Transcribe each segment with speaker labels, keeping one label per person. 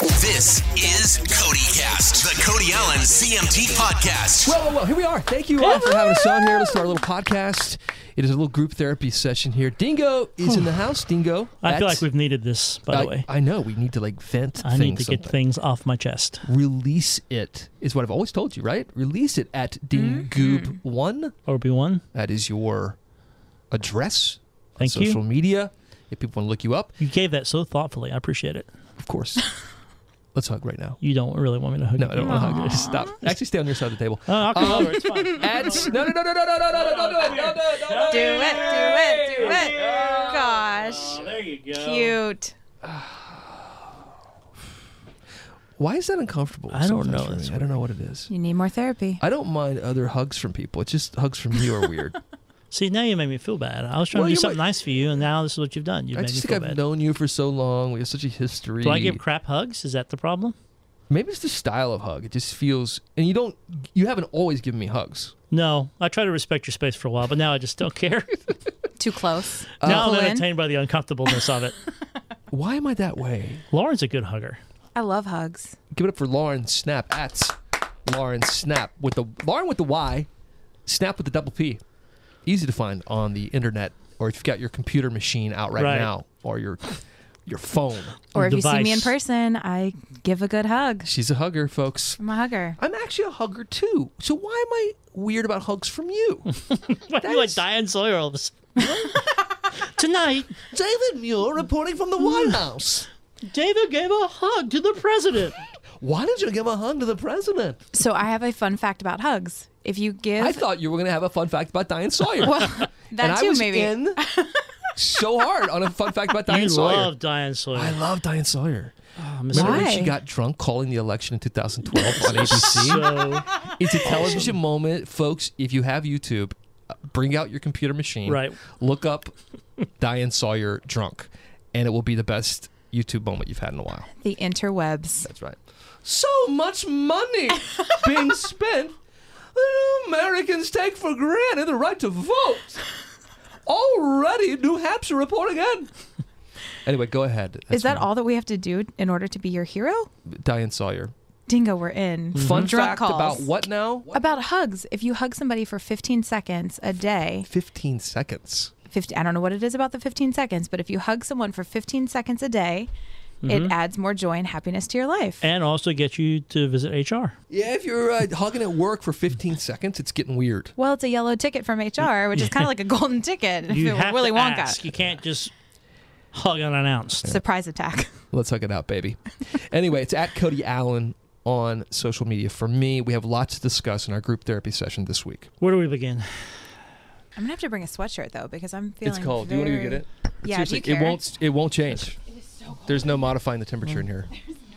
Speaker 1: This is CodyCast, the Cody Allen CMT podcast.
Speaker 2: Well, well, well, here we are. Thank you all for having us on here. Listen to our little podcast. It is a little group therapy session here. Dingo is in the house. Dingo.
Speaker 3: I feel
Speaker 2: that's-
Speaker 3: like we've needed this, by
Speaker 2: I,
Speaker 3: the way.
Speaker 2: I know. We need to like vent
Speaker 3: I
Speaker 2: things.
Speaker 3: need to get
Speaker 2: sometime.
Speaker 3: things off my chest.
Speaker 2: Release it is what I've always told you, right? Release it at Dingoob1.
Speaker 3: OB1,
Speaker 2: That is your address
Speaker 3: thank
Speaker 2: on social
Speaker 3: you.
Speaker 2: media. If people want to look you up,
Speaker 3: You gave that so thoughtfully. I appreciate it.
Speaker 2: of course. Let's hug right now.
Speaker 3: You don't really want me to hug
Speaker 2: No,
Speaker 3: you.
Speaker 2: I don't want to hug. Uh, Stop. Actually, stay on your side of the table.
Speaker 3: Oh, I'll come over. It's fine.
Speaker 2: At, no, no, no, no, no, no, no, no, no, no, no, no, no, no.
Speaker 4: Do it, do it, do it. Gosh.
Speaker 3: There you go.
Speaker 4: Cute.
Speaker 2: Why is that uncomfortable?
Speaker 3: I don't know.
Speaker 2: sometimes for me?
Speaker 3: That's
Speaker 2: I don't know what it is.
Speaker 4: You need more therapy.
Speaker 2: I don't mind other hugs from people. It's just hugs from you are weird.
Speaker 3: See, now you made me feel bad. I was trying
Speaker 2: Well,
Speaker 3: to
Speaker 2: you
Speaker 3: do something
Speaker 2: might-
Speaker 3: nice for you, and now this is what you've done. You've
Speaker 2: I
Speaker 3: made me
Speaker 2: just
Speaker 3: feel
Speaker 2: think I've
Speaker 3: bad.
Speaker 2: known you for so long. We have such a history.
Speaker 3: Do I give crap hugs? Is that the problem?
Speaker 2: Maybe it's the style of hug. It just feels, and you don't, you haven't always given me hugs.
Speaker 3: No. I try to respect your space for a while, but now I just don't care.
Speaker 4: Too close.
Speaker 2: Uh,
Speaker 3: now
Speaker 4: Pull
Speaker 3: I'm
Speaker 4: in.
Speaker 3: entertained by the uncomfortableness of it.
Speaker 2: Why am I that way?
Speaker 3: Lauren's a good hugger.
Speaker 4: I love hugs.
Speaker 2: Give it up for Lauren Snap at Lauren Snap with the Lauren with the Y, Snap with the double P. Easy to find on the internet, or if you've got your computer machine out right,
Speaker 3: Right.
Speaker 2: now, or your your phone.
Speaker 4: Or if you see me in
Speaker 3: Device.
Speaker 4: person, I give a good hug.
Speaker 2: She's a hugger, folks.
Speaker 4: I'm a hugger.
Speaker 2: I'm actually a hugger too. So why am I weird about hugs from you?
Speaker 3: Why are you like Diane Sawyer all of a sudden? Tonight,
Speaker 2: David Muir reporting from the White House.
Speaker 3: David gave a hug to the president.
Speaker 2: Why did you give a hug to the president?
Speaker 4: So I have a fun fact about hugs. If you give
Speaker 2: I thought you were going to have a fun fact about Diane Sawyer.
Speaker 4: well,
Speaker 2: and
Speaker 4: that
Speaker 2: I
Speaker 4: too,
Speaker 2: was
Speaker 4: maybe.
Speaker 2: in so hard on a fun fact about Diane
Speaker 3: You
Speaker 2: Sawyer.
Speaker 3: love Diane Sawyer.
Speaker 2: I love Diane Sawyer.
Speaker 3: Miss
Speaker 2: Remember when
Speaker 4: Oh, Why?
Speaker 2: she got drunk calling the election in 2012 on ABC?
Speaker 3: So
Speaker 2: It's a television moment, folks. If you have YouTube, uh, bring out your computer machine.
Speaker 3: Right.
Speaker 2: Look up Diane Sawyer drunk, and it will be the best YouTube moment you've had in a while.
Speaker 4: The interwebs.
Speaker 2: That's right. So much money being spent. Americans take for granted the right to vote. Already, New Hampshire reporting in. Anyway, go ahead.
Speaker 4: Is that
Speaker 2: That's
Speaker 4: all that we have to do in order to be your hero?
Speaker 2: my- Diane Sawyer.
Speaker 4: Dingo, we're in.
Speaker 2: Fun
Speaker 4: Drunk
Speaker 2: fact
Speaker 4: calls.
Speaker 2: about what now?
Speaker 4: About hugs. If you hug somebody for 15 seconds a day,
Speaker 2: 15 seconds.
Speaker 4: 50, I don't know what it is about the 15 seconds, but if you hug someone for 15 seconds a day, it adds more joy and happiness to your life.
Speaker 3: Mm-hmm. and also get you to visit HR.
Speaker 2: Yeah, if you're uh, hugging at work for 15 seconds, it's getting weird.
Speaker 4: well, it's a yellow ticket from HR, which is kind of like a golden ticket if
Speaker 3: Mm. You
Speaker 4: it were
Speaker 3: have
Speaker 4: Willy
Speaker 3: to
Speaker 4: Wonka.
Speaker 3: ask. You can't just hug unannounced.
Speaker 4: Surprise attack.
Speaker 2: Let's hug it out, baby. anyway, it's at Cody Allen on social media. For me, we have lots to discuss in our group therapy session this week.
Speaker 3: Where do we begin?
Speaker 4: I'm gonna have to bring a sweatshirt though because I'm feeling.
Speaker 2: it's cold.
Speaker 4: Very...
Speaker 2: Do you want to go get it?
Speaker 4: Yeah, do
Speaker 2: Seriously,
Speaker 4: you care?
Speaker 2: it won't. It won't change. There's no modifying the temperature in here.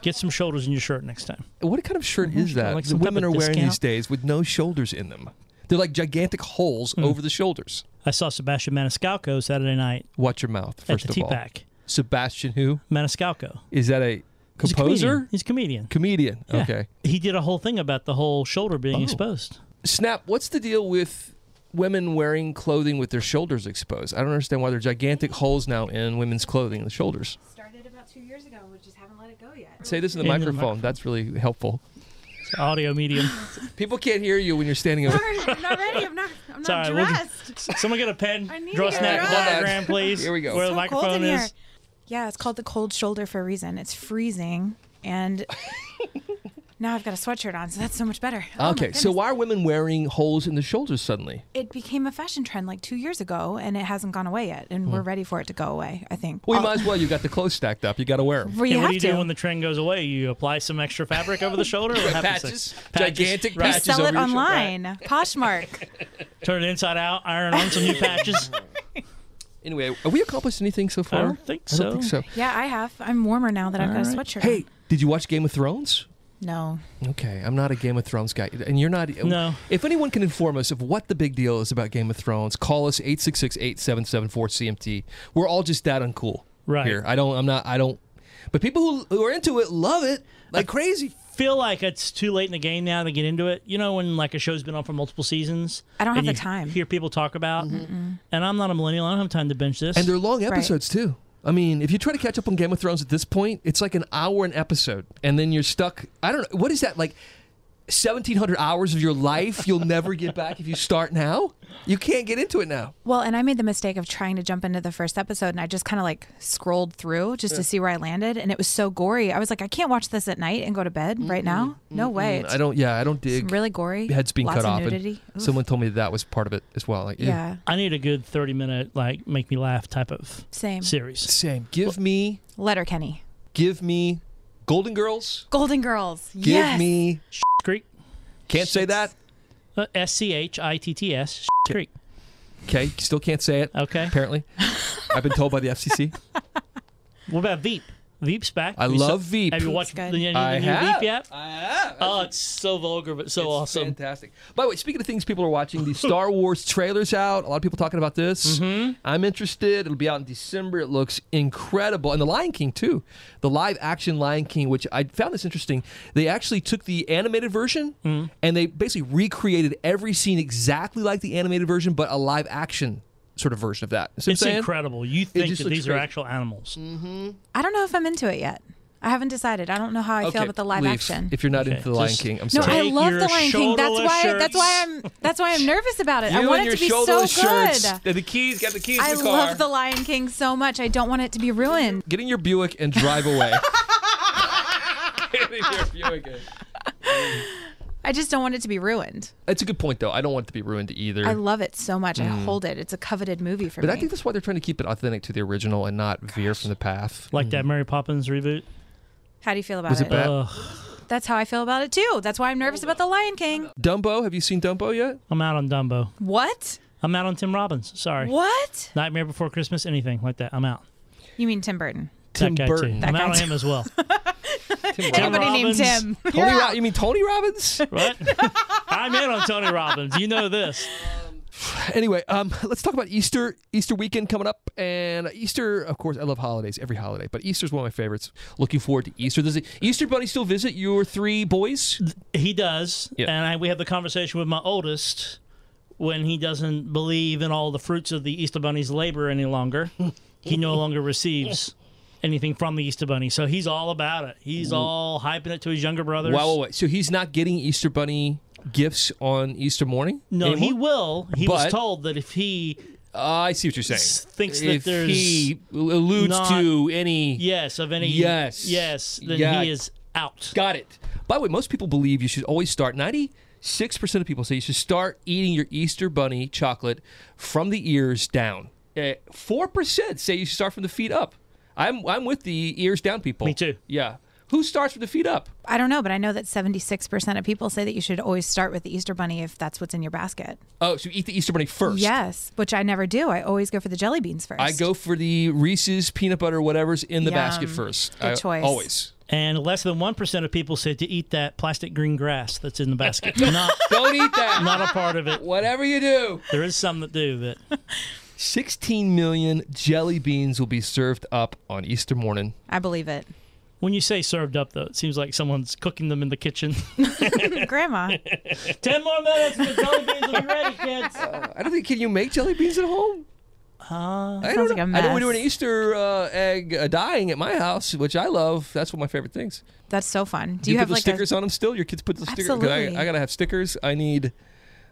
Speaker 3: Get some shoulders in your shirt next time.
Speaker 2: What kind of shirt is that?
Speaker 3: Like
Speaker 2: that
Speaker 3: some type
Speaker 2: women
Speaker 3: of
Speaker 2: are wearing these
Speaker 3: discount?
Speaker 2: days with no shoulders in them. They're like gigantic holes over the shoulders.
Speaker 3: I saw Sebastian Maniscalco Saturday night
Speaker 2: Watch your mouth, first
Speaker 3: at the
Speaker 2: of all.
Speaker 3: T-Pack.
Speaker 2: Sebastian, who
Speaker 3: Maniscalco.
Speaker 2: is that? A
Speaker 3: He's a comedian.
Speaker 2: composer,
Speaker 3: He's a comedian.
Speaker 2: comedian.
Speaker 3: Yeah.
Speaker 2: Okay.
Speaker 3: He did a whole thing about the whole shoulder being
Speaker 2: Oh.
Speaker 3: exposed.
Speaker 2: Snap. What's the deal with women wearing clothing with their shoulders exposed? I don't understand why there are gigantic holes now in women's clothing in the shoulders.
Speaker 5: started about two years ago. We just haven't let it go yet.
Speaker 2: Say this in the
Speaker 3: In the
Speaker 2: microphone.
Speaker 3: microphone.
Speaker 2: That's really helpful.
Speaker 3: It's an audio medium.
Speaker 2: People can't hear you when you're standing over.
Speaker 3: Oh
Speaker 5: I'm not ready. I'm not. I'm not
Speaker 3: Sorry, we'll do-
Speaker 5: dressed.
Speaker 3: Someone get a pen.
Speaker 5: I need
Speaker 3: draw a
Speaker 5: to get
Speaker 3: snap
Speaker 5: dressed.
Speaker 3: diagram, please.
Speaker 2: Here we go.
Speaker 3: Where
Speaker 2: It's
Speaker 3: the
Speaker 4: so cold in
Speaker 3: microphone
Speaker 4: here.
Speaker 3: is.
Speaker 4: Yeah, it's called the cold shoulder for a reason. It's freezing, and now I've got a sweatshirt on, so that's so much better. Oh, my
Speaker 2: Okay, so
Speaker 4: goodness.
Speaker 2: why are women wearing holes in the shoulders suddenly?
Speaker 4: it became a fashion trend like two years ago, and it hasn't gone away yet, and
Speaker 3: Hmm.
Speaker 4: we're ready for it to go away. I think.
Speaker 2: Well, you
Speaker 3: Oh.
Speaker 4: All-
Speaker 2: might as well. You got the clothes stacked up. You got to wear them.
Speaker 4: Well, you
Speaker 3: And what
Speaker 4: have
Speaker 3: do you
Speaker 4: to.
Speaker 3: do when the trend goes away? You apply some extra fabric over the shoulder? What happens
Speaker 2: Patches.
Speaker 3: next?
Speaker 2: Gigantic
Speaker 3: right.
Speaker 2: patches.
Speaker 4: Sell
Speaker 2: over
Speaker 4: it
Speaker 2: your shirt, right.
Speaker 4: online. Poshmark.
Speaker 3: Turn it inside out, iron on some new patches.
Speaker 2: Anyway, have we accomplished anything so far?
Speaker 3: don't think
Speaker 2: I don't think
Speaker 3: so.
Speaker 2: so.
Speaker 4: Yeah, I have. I'm warmer now that I've got a sweatshirt.
Speaker 2: Hey,
Speaker 4: on.
Speaker 2: did you watch Game of Thrones?
Speaker 4: No.
Speaker 2: Okay, I'm not a Game of Thrones guy, and you're not. e-,
Speaker 3: No.
Speaker 2: If anyone can inform us of what the big deal is about Game of Thrones, call us 866-8774-CMT. We're all just that uncool.
Speaker 3: Right.
Speaker 2: Here. I don't. I'm not. I don't. But people who, who are into it love it like crazy.
Speaker 3: Feel like it's too late in the game now to get into it. You know when like a show's been on for multiple seasons.
Speaker 4: I don't
Speaker 3: and
Speaker 4: have
Speaker 3: you
Speaker 4: the time. Mm-hmm.
Speaker 3: Hear people talk about, and I'm not a millennial. I don't have time to binge this.
Speaker 2: And they're long episodes too. I mean, if you try to catch up on Game of Thrones at this point, it's like an hour an episode, and then you're stuck. I don't know. What is that like? 1700 hours of your life you'll never get back if you start now you can't get into it now
Speaker 4: Well, and I made the mistake of trying to jump into the first episode and I just kind of like scrolled through just to see where I landed. And it was so gory. I was like, I can't watch this at night and go to bed right now. No way. It's
Speaker 2: i don't yeah i don't dig
Speaker 4: really gory.
Speaker 2: heads being
Speaker 4: Lots
Speaker 2: cut
Speaker 4: of
Speaker 2: off
Speaker 4: Nudity.
Speaker 2: and
Speaker 4: Oof.
Speaker 2: someone told me that was part of it as well like ew.
Speaker 4: yeah.
Speaker 3: I need a good 30 minute, like, make me laugh type of
Speaker 4: Same.
Speaker 3: series.
Speaker 2: same give me
Speaker 4: Letterkenny.
Speaker 2: give me golden girls
Speaker 4: Golden Girls.
Speaker 2: give
Speaker 4: yes.
Speaker 2: me
Speaker 3: Creek.
Speaker 2: can't say that
Speaker 3: Uh, S C H I T T S. Creek.
Speaker 2: okay still can't say it
Speaker 3: Okay.
Speaker 2: apparently i've been told by the fcc
Speaker 3: What about Veep? Veep's back.
Speaker 2: I
Speaker 3: Have you
Speaker 2: love
Speaker 3: saw-
Speaker 2: Veep.
Speaker 3: Have you
Speaker 4: Veep's
Speaker 3: watched the,
Speaker 4: good.
Speaker 3: the, the
Speaker 2: I
Speaker 3: new
Speaker 2: have.
Speaker 3: Veep yet?
Speaker 2: I have.
Speaker 3: Oh, it's so vulgar, but so
Speaker 2: It's
Speaker 3: awesome.
Speaker 2: Fantastic. By the way, speaking of things people are watching, the Star Wars trailers out. A lot of people talking about this. I'm interested. It'll be out in December. It looks incredible. And the Lion King too, the live action Lion King, which I found this interesting. They actually took the animated version and they basically recreated every scene exactly like the animated version, but a live action sort of version of that. See what I'm
Speaker 3: It's
Speaker 2: saying?
Speaker 3: incredible. You think
Speaker 2: just
Speaker 3: that
Speaker 2: looks
Speaker 3: these are
Speaker 2: crazy.
Speaker 3: actual animals.
Speaker 4: I don't know if I'm into it yet. I haven't decided. I don't know how I feel
Speaker 2: Okay,
Speaker 4: about the live
Speaker 2: leave.
Speaker 4: action.
Speaker 2: If you're not
Speaker 3: Okay,
Speaker 2: into the Lion
Speaker 3: just-
Speaker 2: King, I'm
Speaker 4: no,
Speaker 2: sorry.
Speaker 4: I
Speaker 3: Take
Speaker 4: love
Speaker 3: your
Speaker 4: the Lion King. That's
Speaker 3: shoulderless
Speaker 4: why. That's why
Speaker 3: shirts.
Speaker 4: I'm. That's why I'm nervous about it.
Speaker 2: you
Speaker 4: I
Speaker 2: and
Speaker 4: want
Speaker 2: your
Speaker 4: it to be so
Speaker 2: shoulderless
Speaker 4: good.
Speaker 2: shirts. The keys got the keys.
Speaker 4: I
Speaker 2: in the car.
Speaker 4: love the Lion King so much. I don't want it to be ruined.
Speaker 2: Get in your Buick and drive away. Get in your Buick and-
Speaker 4: I just don't want it to be ruined.
Speaker 2: It's a good point, though. I don't want it to be ruined either.
Speaker 4: I love it so much. I hold it. It's a coveted movie for
Speaker 2: Mm. but
Speaker 4: me.
Speaker 2: I think that's why they're trying to keep it authentic to the original and not veer from the path.
Speaker 3: Like that Mary Poppins reboot.
Speaker 4: how do you feel about
Speaker 2: Was
Speaker 4: it?
Speaker 2: it bad?
Speaker 3: Ugh,
Speaker 4: That's how I feel about it too. That's why I'm nervous about the Lion King.
Speaker 2: Dumbo, have you seen Dumbo yet?
Speaker 3: I'm out on Dumbo.
Speaker 4: What?
Speaker 3: I'm out on Tim Robbins. Sorry.
Speaker 4: What?
Speaker 3: Nightmare Before Christmas, anything like that. I'm out.
Speaker 4: You mean Tim Burton?
Speaker 2: Tim
Speaker 3: that guy
Speaker 2: Burton.
Speaker 3: Too.
Speaker 4: That
Speaker 3: I'm out
Speaker 4: guy
Speaker 3: on
Speaker 4: too.
Speaker 3: him as well.
Speaker 2: Tim
Speaker 3: Tim
Speaker 2: Robbins.
Speaker 4: Everybody named
Speaker 3: Robbins.
Speaker 4: Tim.
Speaker 2: Tony Ro- you mean Tony Robbins?
Speaker 3: Right? I'm in on Tony Robbins. You know this.
Speaker 2: anyway, um, let's talk about Easter. Easter weekend coming up, and Easter, of course, I love holidays, every holiday, but Easter's one of my favorites. Looking forward to Easter. Does the Easter Bunny still visit your three boys?
Speaker 3: He does,
Speaker 2: Yeah.
Speaker 3: and I, we have the conversation with my oldest when he doesn't believe in all the fruits of the Easter Bunny's labor any longer. he no longer receives anything from the Easter Bunny, so he's all about it. He's all hyping it to his younger brothers.
Speaker 2: Wow, wow, wow. So he's not getting Easter Bunny gifts on Easter morning?
Speaker 3: no,
Speaker 2: anymore?
Speaker 3: he will. He
Speaker 2: But-
Speaker 3: was told that if he
Speaker 2: Uh, I see what you're saying.
Speaker 3: thinks that
Speaker 2: if
Speaker 3: there's
Speaker 2: he alludes
Speaker 3: not-
Speaker 2: to any,
Speaker 3: yes of any
Speaker 2: Yes.
Speaker 3: yes, then
Speaker 2: Yeah.
Speaker 3: he is out.
Speaker 2: got it. By the way, most people believe you should always start. Ninety-six percent of people say you should start eating your Easter Bunny chocolate from the ears down.
Speaker 3: Eh.
Speaker 2: Four percent say you should start from the feet up. I'm I'm with the ears down people.
Speaker 3: Me too.
Speaker 2: Yeah. Who starts from the feet up?
Speaker 4: I don't know, but I know that 76% of people say that you should always start with the Easter Bunny if that's what's in your basket.
Speaker 2: Oh, so you eat the Easter Bunny first.
Speaker 4: Yes, which I never do. I always go for the jelly beans first.
Speaker 2: I go for the Reese's peanut butter whatever's in the basket
Speaker 4: Yum.
Speaker 2: first.
Speaker 4: Good
Speaker 2: I-
Speaker 4: choice.
Speaker 2: Always.
Speaker 3: And less than one percent of people said to eat that plastic green grass that's in the basket. not
Speaker 2: Don't eat that.
Speaker 3: not a part of it.
Speaker 2: Whatever you do.
Speaker 3: There is some that do, but
Speaker 2: 16 million jelly beans will be served up on Easter morning.
Speaker 4: I believe it.
Speaker 3: When you say served up, though, it seems like someone's cooking them in the kitchen.
Speaker 4: Grandma.
Speaker 3: Ten more minutes, and the jelly beans will be ready, kids.
Speaker 2: I don't think, can you make jelly beans at home? I don't
Speaker 4: Uh, sounds like a
Speaker 2: know. I know we're
Speaker 4: mess.
Speaker 2: doing Easter uh, egg uh, dyeing at my house, which I love. That's one of my favorite things.
Speaker 4: That's so fun. Do
Speaker 2: you,
Speaker 4: you,
Speaker 2: put
Speaker 4: have
Speaker 2: the
Speaker 4: like
Speaker 2: stickers
Speaker 4: a,
Speaker 2: on them still? Your kids put the stickers. I,
Speaker 4: Absolutely.
Speaker 2: I gotta have stickers. I need,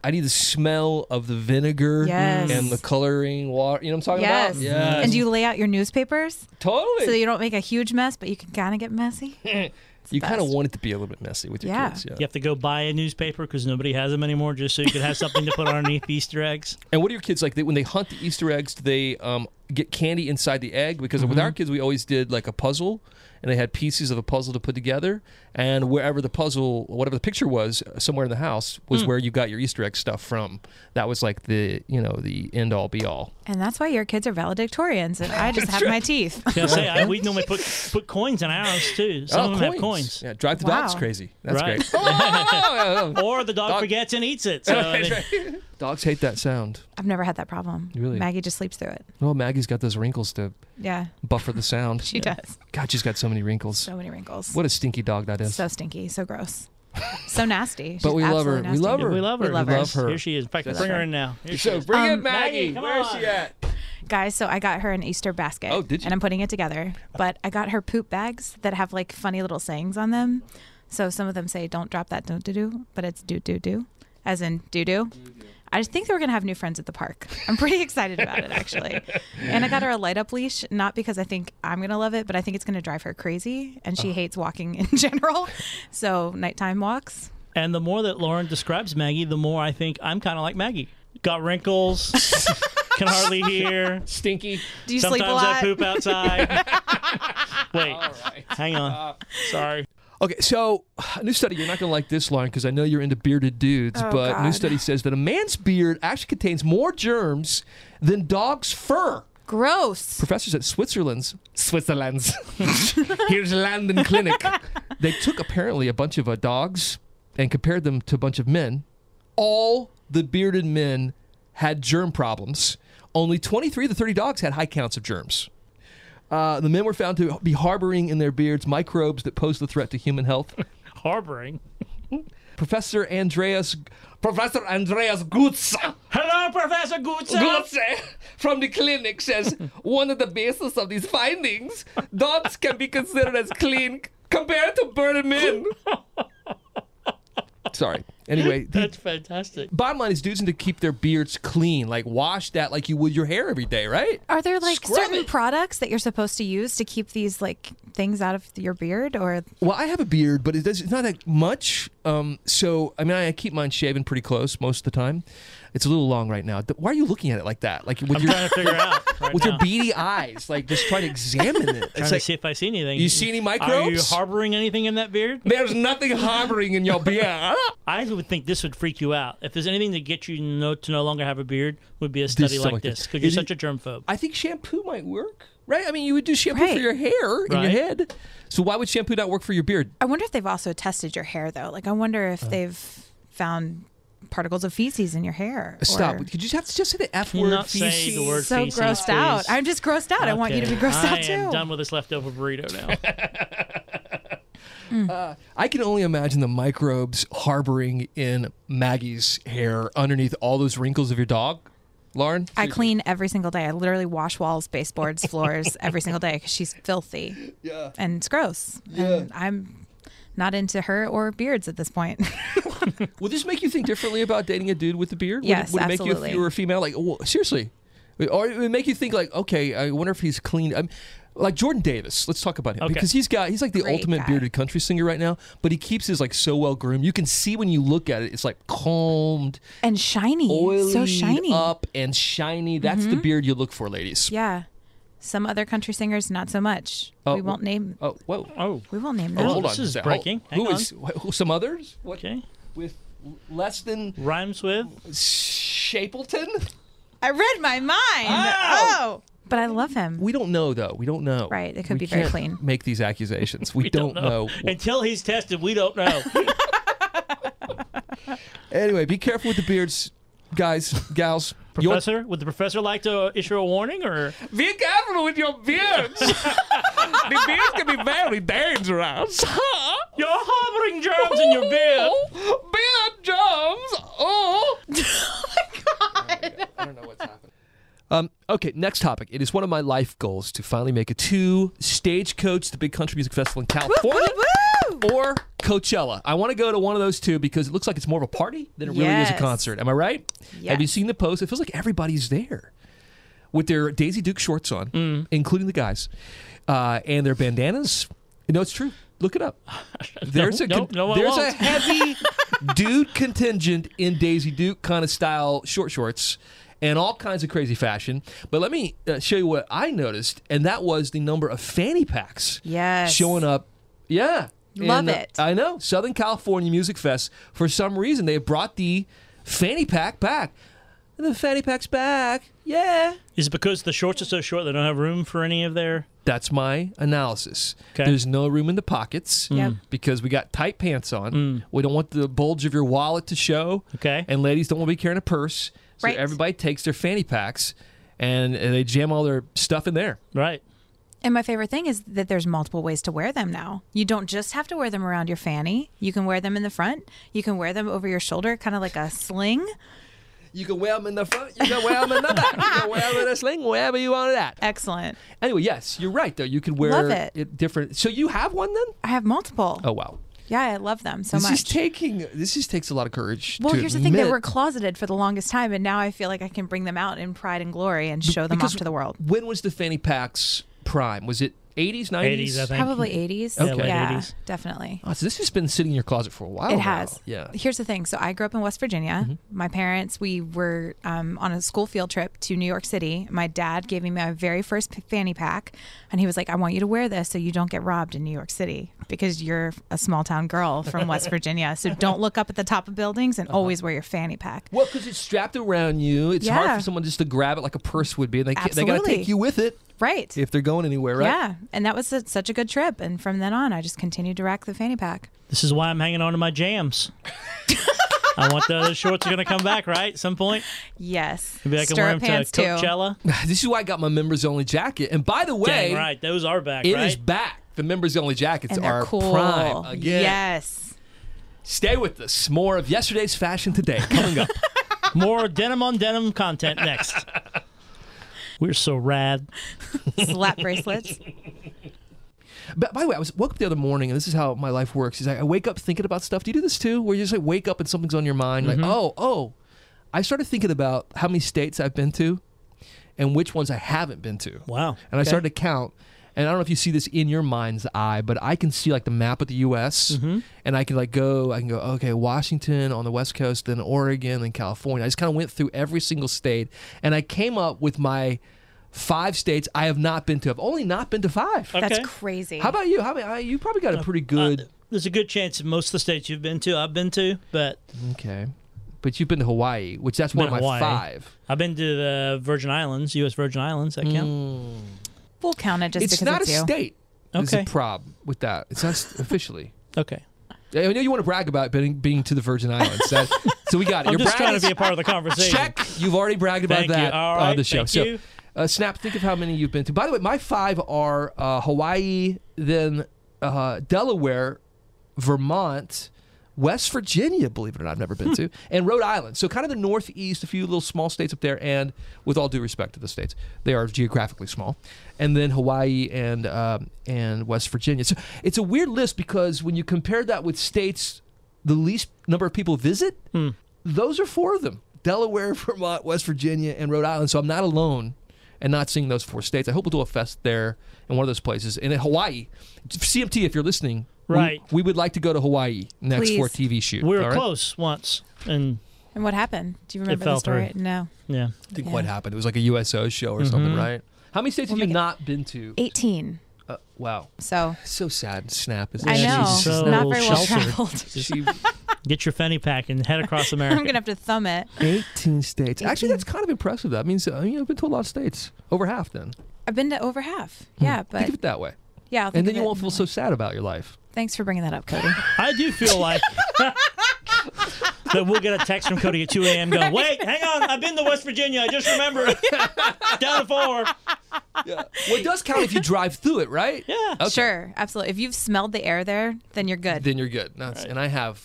Speaker 2: I need the smell of the vinegar
Speaker 4: Yes.
Speaker 2: and the coloring water. You know what I'm talking
Speaker 4: Yes.
Speaker 2: about? Yes.
Speaker 4: And do you lay out your newspapers
Speaker 2: totally.
Speaker 4: so you don't make a huge mess, but you can kind of get messy?
Speaker 2: you kind of
Speaker 4: best.
Speaker 2: want it to be a little bit messy with your
Speaker 4: Yeah.
Speaker 2: kids. Yeah.
Speaker 3: You have to go buy a newspaper because nobody has them anymore, just so you could have something to put underneath the Easter eggs.
Speaker 2: And what are your kids like? They, when they hunt the Easter eggs, do they um, get candy inside the egg? Because
Speaker 3: Mm-hmm.
Speaker 2: with our kids, we always did like a puzzle, and they had pieces of a puzzle to put together. And wherever the puzzle, whatever the picture was, uh, somewhere in the house was
Speaker 3: Mm.
Speaker 2: where you got your Easter egg stuff from. That was like the you know the end all be all.
Speaker 4: And that's why your kids are valedictorians, and I just have my teeth.
Speaker 3: They'll say I, we normally put put coins in ours too. Some of them have coins,
Speaker 2: Oh, Yeah, drive the dogs
Speaker 4: Wow.
Speaker 2: crazy. That's
Speaker 3: Right.
Speaker 2: great. Oh, yeah, yeah.
Speaker 3: or the dog,
Speaker 2: Dog-
Speaker 3: forgets and eats it. So I mean,
Speaker 2: dogs hate that sound.
Speaker 4: I've never had that problem.
Speaker 2: Really?
Speaker 4: Maggie just sleeps through it.
Speaker 2: Well, Maggie's got those wrinkles to
Speaker 4: Yeah,
Speaker 2: buffer the sound.
Speaker 4: she does.
Speaker 2: God, she's got so many wrinkles.
Speaker 4: So many wrinkles.
Speaker 2: what a stinky dog that is.
Speaker 4: So stinky, so gross, so nasty. She's
Speaker 2: But we love her.
Speaker 4: absolutely
Speaker 2: We
Speaker 4: Nasty.
Speaker 2: love her.
Speaker 3: we love her.
Speaker 4: We love
Speaker 2: her.
Speaker 3: Here she is. In fact, bring her in now. Here she
Speaker 2: So
Speaker 3: is.
Speaker 2: bring
Speaker 4: Um,
Speaker 2: it, Maggie.
Speaker 3: Maggie, come
Speaker 2: Where's
Speaker 3: on.
Speaker 2: she at?
Speaker 4: Guys, so I got her an Easter basket.
Speaker 2: Oh, did you?
Speaker 4: And I'm putting it together. But I got her poop bags that have like funny little sayings on them. So some of them say, don't drop that don't do do, but it's do do do, as in do do. I just think that we're going to have new friends at the park. I'm pretty excited about it, actually. And I got her a light up leash, not because I think I'm going to love it, but I think it's going to drive her crazy. And
Speaker 2: Oh.
Speaker 4: she hates walking in general. So nighttime walks.
Speaker 3: And the more that Lauren describes Maggie, the more I think I'm kind of like Maggie. Got wrinkles, can hardly hear.
Speaker 2: Stinky.
Speaker 4: Do you
Speaker 3: Sometimes
Speaker 4: sleep a lot?
Speaker 3: I poop outside. Wait, hang on. Sorry.
Speaker 2: Okay, so a new study, you're not going to like this, Lauren, because I know you're into bearded dudes, but a new
Speaker 4: God.
Speaker 2: study says that a man's beard actually contains more germs than dog's fur.
Speaker 4: Gross.
Speaker 2: Professors at Switzerland's Switzerland's here's London Clinic. They took apparently a bunch of uh, dogs and compared them to a bunch of men. All the bearded men had germ problems. Only 23 to 30 dogs had high counts of germs. Uh, the men were found to be harboring in their beards microbes that pose the threat to human health.
Speaker 3: Harboring.
Speaker 2: Professor Andreas Professor Andreas Gutz
Speaker 3: Hello, Professor Gutze.
Speaker 2: Gutze from the clinic says one of the basis of these findings dogs can be considered as clean compared to burning men. Sorry. Anyway, the
Speaker 3: That's fantastic.
Speaker 2: bottom line is dudes need to keep their beards clean. Like wash that like you would your hair every day, right?
Speaker 4: Are there like
Speaker 2: Scrub
Speaker 4: certain
Speaker 2: it.
Speaker 4: products that you're supposed to use to keep these like things out of your beard or
Speaker 2: Well, I have a beard, but it does, it's not that much. Um, so, I mean, I, I keep mine shaven pretty close most of the time. It's a little long right now. Th- Why are you looking at it like that? Like with
Speaker 3: I'm
Speaker 2: your
Speaker 3: trying to figure out right
Speaker 2: with
Speaker 3: now.
Speaker 2: your beady eyes, like just try to examine it.
Speaker 3: trying
Speaker 2: It's
Speaker 3: to see
Speaker 2: like,
Speaker 3: if I see anything.
Speaker 2: You see any
Speaker 3: Are you
Speaker 2: microbes?
Speaker 3: harboring anything in that beard?
Speaker 2: there's nothing harboring in your beer.
Speaker 3: I would think this would freak you out. If there's anything to get you no, to no longer have a beard, would be a study
Speaker 2: something
Speaker 3: like
Speaker 2: like
Speaker 3: this
Speaker 2: this.
Speaker 3: because you're
Speaker 2: Is it-
Speaker 3: such a germphobe.
Speaker 2: I think shampoo might work, right? I mean, you would do shampoo for
Speaker 4: Right.
Speaker 2: your hair and your
Speaker 3: Right.
Speaker 2: head. So why would shampoo not work for your beard?
Speaker 4: I wonder if they've also tested your hair though. Like I wonder
Speaker 3: Uh.
Speaker 4: if they've found particles of feces in your hair.
Speaker 2: Stop.
Speaker 4: or-
Speaker 2: Could you have to just say the F
Speaker 3: you
Speaker 2: word?
Speaker 3: not say the
Speaker 2: feces?
Speaker 3: word
Speaker 4: so
Speaker 3: feces,
Speaker 4: grossed out.
Speaker 3: please?
Speaker 4: I'm just grossed out. I want you to be
Speaker 3: Okay.
Speaker 4: grossed out too.
Speaker 3: I am done with this leftover burrito now.
Speaker 2: I can only imagine the microbes harboring in Maggie's hair underneath all those wrinkles of your dog, Lauren.
Speaker 4: I clean every single day. I literally wash walls, baseboards, floors every single day because she's filthy. Yeah. And it's gross. And I'm not into her or beards at this point.
Speaker 2: Would this make you think differently about dating a dude with a beard? Would
Speaker 4: Yes,
Speaker 2: it, would it make you
Speaker 4: absolutely.
Speaker 2: if you were a female? Like, well, seriously, or it would make you think like, okay, I wonder if he's clean. I'm, like Jordan Davis, let's talk about him
Speaker 3: Okay.
Speaker 2: because he's got he's like the
Speaker 4: Great
Speaker 2: ultimate
Speaker 4: guy.
Speaker 2: bearded country singer right now. But he keeps his like so well groomed. You can see when you look at it, it's like combed,
Speaker 4: and shiny.
Speaker 2: oily,
Speaker 4: so shiny. Mm-hmm.
Speaker 2: up and shiny. That's the beard you look for, ladies.
Speaker 4: Yeah. Some other country singers, not so much.
Speaker 2: Oh,
Speaker 4: we won't name.
Speaker 2: Oh, whoa.
Speaker 3: Oh,
Speaker 4: We won't name
Speaker 2: Oh,
Speaker 4: them.
Speaker 3: no,
Speaker 2: hold
Speaker 3: this
Speaker 2: on.
Speaker 3: is
Speaker 2: Hold-
Speaker 3: breaking.
Speaker 2: Who
Speaker 3: Hang
Speaker 2: is wh- who- some others? What
Speaker 3: okay.
Speaker 2: with l- less than
Speaker 3: Rhymes with
Speaker 2: Shapleton?
Speaker 4: I read my mind. Oh. But I love him.
Speaker 2: We don't know though. We don't know.
Speaker 4: Right, it could
Speaker 2: We
Speaker 4: be very
Speaker 2: can't
Speaker 4: clean.
Speaker 2: Make these accusations. We, don't, know.
Speaker 3: until he's tested. We don't know.
Speaker 2: anyway, be careful with the beards, guys, gals. Your-
Speaker 3: professor, would the professor like to issue a warning or?
Speaker 2: be careful with your beards. the beards can be very dangerous.
Speaker 3: You're harboring germs in your beard.
Speaker 2: Beard germs. Oh. oh my god. I don't know what's happening. Um, okay, next topic. It is one of my life goals to finally make it to Stagecoach, the big country music festival in California, or Coachella. I want to go to one of those two because it looks like it's more of a party than it really is a
Speaker 4: Yes.
Speaker 2: concert. Am I right? Have you
Speaker 4: Yes.
Speaker 2: seen the post? It feels like everybody's there with their Daisy Duke shorts on,
Speaker 3: Mm.
Speaker 2: including the guys, uh, and their bandanas. No, it's true. Look it up. There's a
Speaker 3: nope, no, I
Speaker 2: there's a
Speaker 3: won't.
Speaker 2: heavy dude contingent in Daisy Duke kind of style short shorts and all kinds of crazy fashion. But let me uh, show you what I noticed, and that was the number of fanny packs.
Speaker 4: Yes.
Speaker 2: showing up. Yeah,
Speaker 4: Love
Speaker 2: And, uh,
Speaker 4: it.
Speaker 2: I know Southern California Music Fest. For some reason, they brought the fanny pack back. The fanny pack's back. Yeah.
Speaker 3: Is it because the shorts are so short they don't have room for any of their?
Speaker 2: That's my analysis.
Speaker 3: Okay.
Speaker 2: There's no room in the pockets
Speaker 4: Mm. Yep.
Speaker 2: because we got tight pants on. We don't want the bulge of your wallet to show.
Speaker 3: Okay.
Speaker 2: And ladies don't want to be carrying a purse. So
Speaker 4: Right.
Speaker 2: everybody takes their fanny packs and and they jam all their stuff in there.
Speaker 3: Right.
Speaker 4: And my favorite thing is that there's multiple ways to wear them now. You don't just have to wear them around your fanny. You can wear them in the front. You can wear them over your shoulder, kind of like a sling.
Speaker 2: You can wear them in the front. You can wear them in the back. You can wear them in a sling. Wherever you want it at.
Speaker 4: Excellent.
Speaker 2: Anyway, yes, you're right though. You could wear
Speaker 4: Love it.
Speaker 2: different. So you have one then?
Speaker 4: I have multiple.
Speaker 2: Oh wow.
Speaker 4: Yeah, I love them so
Speaker 2: This
Speaker 4: much.
Speaker 2: is taking. This is takes a lot of courage.
Speaker 4: well,
Speaker 2: to
Speaker 4: here's the thing: they
Speaker 2: admit.
Speaker 4: were closeted for the longest time, and now I feel like I can bring them out in pride and glory and show them
Speaker 2: because-
Speaker 4: off to the world.
Speaker 2: When was the fanny pack's prime? Was it 80s, 90s?
Speaker 3: 80s, I think.
Speaker 4: Probably 80s.
Speaker 3: Okay. Oh, late
Speaker 4: Yeah,
Speaker 3: 80s.
Speaker 4: definitely.
Speaker 2: Oh, so this has been sitting in your closet for a while.
Speaker 4: It
Speaker 2: now.
Speaker 4: has.
Speaker 2: Yeah.
Speaker 4: Here's the thing. So I grew up in West Virginia.
Speaker 3: Mm-hmm.
Speaker 4: My parents, we were um, on a school field trip to New York City. My dad gave me my very first p- fanny pack, and he was like, "I want you to wear this so you don't get robbed in New York City because you're a small town girl from West Virginia. So don't look up at the top of buildings
Speaker 3: Uh-huh.
Speaker 4: and always wear your fanny pack."
Speaker 2: Well, because it's strapped around you. It's hard
Speaker 4: Yeah.
Speaker 2: for someone just to grab it like a purse would be. They can't, they got to
Speaker 4: Absolutely.
Speaker 2: take you with it
Speaker 4: Right.
Speaker 2: if they're going anywhere, right?
Speaker 4: Yeah, and that was a, such a good trip. And from then on, I just continued to rack the fanny pack.
Speaker 3: This is why I'm hanging on to my jams. I want the other shorts are going to come back, right? Some point.
Speaker 4: Yes.
Speaker 3: Maybe I can wear them
Speaker 4: Stirrup
Speaker 3: to
Speaker 4: pants too.
Speaker 3: Coachella.
Speaker 2: This is why I got my members only jacket. And by the way,
Speaker 3: Dang right. Those are back,
Speaker 2: it is
Speaker 3: right?
Speaker 2: back. The members only jackets
Speaker 4: And
Speaker 2: are
Speaker 4: they're cool.
Speaker 2: prime again.
Speaker 4: Yes.
Speaker 2: Stay with us. More of yesterday's fashion today coming up.
Speaker 3: More denim on denim content next. We're so rad.
Speaker 4: Slap bracelets.
Speaker 2: But by the way, I was woke up the other morning, and this is how my life works. Is I, I wake up thinking about stuff. Do you do this too? Where you just like wake up and something's on your mind, like oh oh. I started thinking about how many states I've been to, and which ones I haven't been to.
Speaker 3: Wow.
Speaker 2: And I started to count. And I don't know if you see this in your mind's eye, but I can see like the map of the U.S.
Speaker 3: Mm-hmm.
Speaker 2: and I can like go, I can go, okay, Washington on the West Coast, then Oregon, then California. I just kind of went through every single state, and I came up with my five states I have not been to. I've only not been to five.
Speaker 4: That's
Speaker 3: Okay. uh,
Speaker 4: crazy.
Speaker 2: How about you? How many? uh, You probably got a pretty good.
Speaker 3: There's a good chance most of the states you've been to, I've been to, but
Speaker 2: okay, but you've been to Hawaii, which that's one of
Speaker 3: Been
Speaker 2: my
Speaker 3: Hawaii.
Speaker 2: five.
Speaker 3: I've been to the Virgin Islands, U.S. Virgin Islands. That count?
Speaker 4: We'll count it just
Speaker 2: it's
Speaker 4: because
Speaker 2: not
Speaker 4: it's
Speaker 2: a
Speaker 4: you.
Speaker 2: state. There's a
Speaker 3: Okay.
Speaker 2: problem with that. It's not s- officially.
Speaker 3: Okay.
Speaker 2: I know you want to brag about being, being to the Virgin Islands. That, so we got it.
Speaker 3: I'm
Speaker 2: You're
Speaker 3: just trying
Speaker 2: bragging.
Speaker 3: to be a part of the conversation.
Speaker 2: Check. You've already bragged about
Speaker 3: Thank you.
Speaker 2: that
Speaker 3: All
Speaker 2: on
Speaker 3: right,
Speaker 2: the show.
Speaker 3: thank
Speaker 2: so,
Speaker 3: you.
Speaker 2: uh, Snap, think of how many you've been to. By the way, my five are uh, Hawaii, then uh, Delaware, Vermont, West Virginia, believe it or not, I've never been to, and Rhode Island. So, kind of the Northeast, a few little small states up there. And with all due respect to the states, they are geographically small. And then Hawaii and um, and West Virginia. So, it's a weird list because when you compare that with states the least number of people visit,
Speaker 3: Hmm.
Speaker 2: those are four of them Delaware, Vermont, West Virginia, and Rhode Island. So I'm not alone and not seeing those four states. I hope we'll do a fest there in one of those places. And in Hawaii, CMT, if you're listening, we-
Speaker 3: Right.
Speaker 2: we, would like to go to Hawaii next
Speaker 4: Please.
Speaker 2: for a TV shoot.
Speaker 3: We were
Speaker 2: all right?
Speaker 3: close once, and
Speaker 4: And what happened? Do you remember the
Speaker 3: fell
Speaker 4: story?
Speaker 3: through.
Speaker 4: No.
Speaker 3: yeah,
Speaker 2: I think
Speaker 4: Yeah.
Speaker 2: what happened. It was like a USO show
Speaker 3: Mm-hmm.
Speaker 2: or something, right? How many states have you not been to?
Speaker 4: 18.
Speaker 2: Uh, wow.
Speaker 4: So
Speaker 2: So sad. Snap. Isn't
Speaker 4: I
Speaker 2: it?
Speaker 4: know.
Speaker 3: she's so
Speaker 4: not very well
Speaker 3: sheltered.
Speaker 4: traveled.
Speaker 2: She,
Speaker 3: get your fanny pack and head across
Speaker 4: I'm
Speaker 3: America.
Speaker 4: going to have to thumb it.
Speaker 2: 18 states. Actually, that's kind of impressive. That means uh, you know, I've been to a lot of states. Over half, then.
Speaker 4: I've been to over half.
Speaker 2: Hmm.
Speaker 4: Yeah,
Speaker 2: Think
Speaker 4: but
Speaker 2: of it that way.
Speaker 4: yeah. I'll think
Speaker 2: And then
Speaker 4: of
Speaker 2: you
Speaker 4: it
Speaker 2: won't
Speaker 4: in
Speaker 2: feel
Speaker 4: that
Speaker 2: so
Speaker 4: way.
Speaker 2: sad about your life.
Speaker 4: Thanks for bringing that up, Cody.
Speaker 3: I do feel like that we'll get a text from Cody at 2 a.m. going, wait, hang on, I've been to West Virginia. I just remembered. Down to four.
Speaker 2: Well, it does count if you drive through it, right?
Speaker 3: Yeah.
Speaker 2: Okay.
Speaker 4: Sure, absolutely. If you've smelled the air there, then you're good.
Speaker 2: Then you're good. No, it's- And I have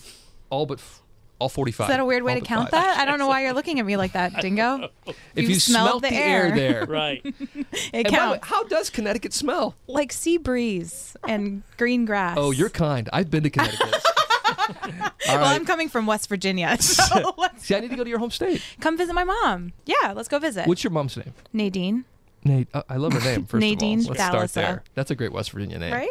Speaker 2: all but f- all 45.
Speaker 4: Is that a weird way
Speaker 2: All
Speaker 4: to
Speaker 2: but
Speaker 4: count
Speaker 2: five.
Speaker 4: that? I don't know why you're looking at me like that, Dingo.
Speaker 2: If
Speaker 4: You've
Speaker 2: you smelled the air, there.
Speaker 3: Right.
Speaker 4: it
Speaker 2: And by the way,
Speaker 4: counts.
Speaker 2: how does Connecticut smell?
Speaker 4: Like sea breeze and green grass.
Speaker 2: Oh, you're kind. I've been to Connecticut. all
Speaker 4: Well,
Speaker 2: right.
Speaker 4: I'm coming from West Virginia, so let's
Speaker 2: See, I need to go to your home state.
Speaker 4: come visit my mom. Yeah, let's go visit.
Speaker 2: What's your mom's name?
Speaker 4: Nadine,
Speaker 2: Nate. Uh, I love her name. First
Speaker 4: Nadine
Speaker 2: of all, let's start
Speaker 4: Dalisa.
Speaker 2: there. That's a great West Virginia name,
Speaker 4: right?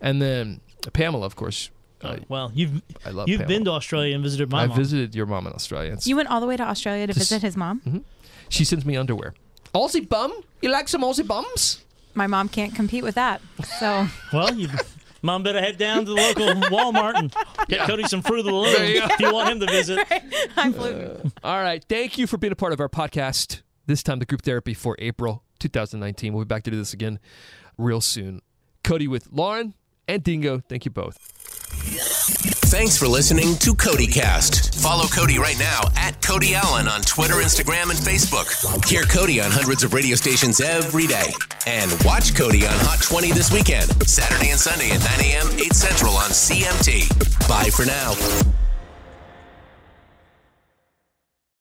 Speaker 2: And then Pamela, of course. Uh,
Speaker 3: Well, you've
Speaker 2: I love
Speaker 3: you've
Speaker 2: Pamela.
Speaker 3: been to Australia and visited my
Speaker 2: I
Speaker 3: mom.
Speaker 2: visited your mom in Australia. It's-
Speaker 4: You went all the way to Australia to
Speaker 2: Just- Mm-hmm.
Speaker 4: visit his mom.
Speaker 2: she sends me underwear. Aussie bum? You like some Aussie bums?
Speaker 4: My mom can't compete with that. So
Speaker 3: Well, you mom better head down to the local Walmart and get Cody some fruit of the loom
Speaker 2: you
Speaker 3: if you want him to visit.
Speaker 4: I'm gluten.
Speaker 2: All right. Thank you for being a part of our podcast. This time, the group therapy for April 2019. We'll be back to do this again real soon. Cody with Lauren and Dingo. Thank you both.
Speaker 1: Thanks for listening to CodyCast. Follow Cody right now at Cody Allen on Twitter, Instagram, and Facebook. Hear Cody on hundreds of radio stations every day. And watch Cody on Hot 20 this weekend, Saturday and Sunday at 9 a.m., 8 Central on CMT. Bye for now.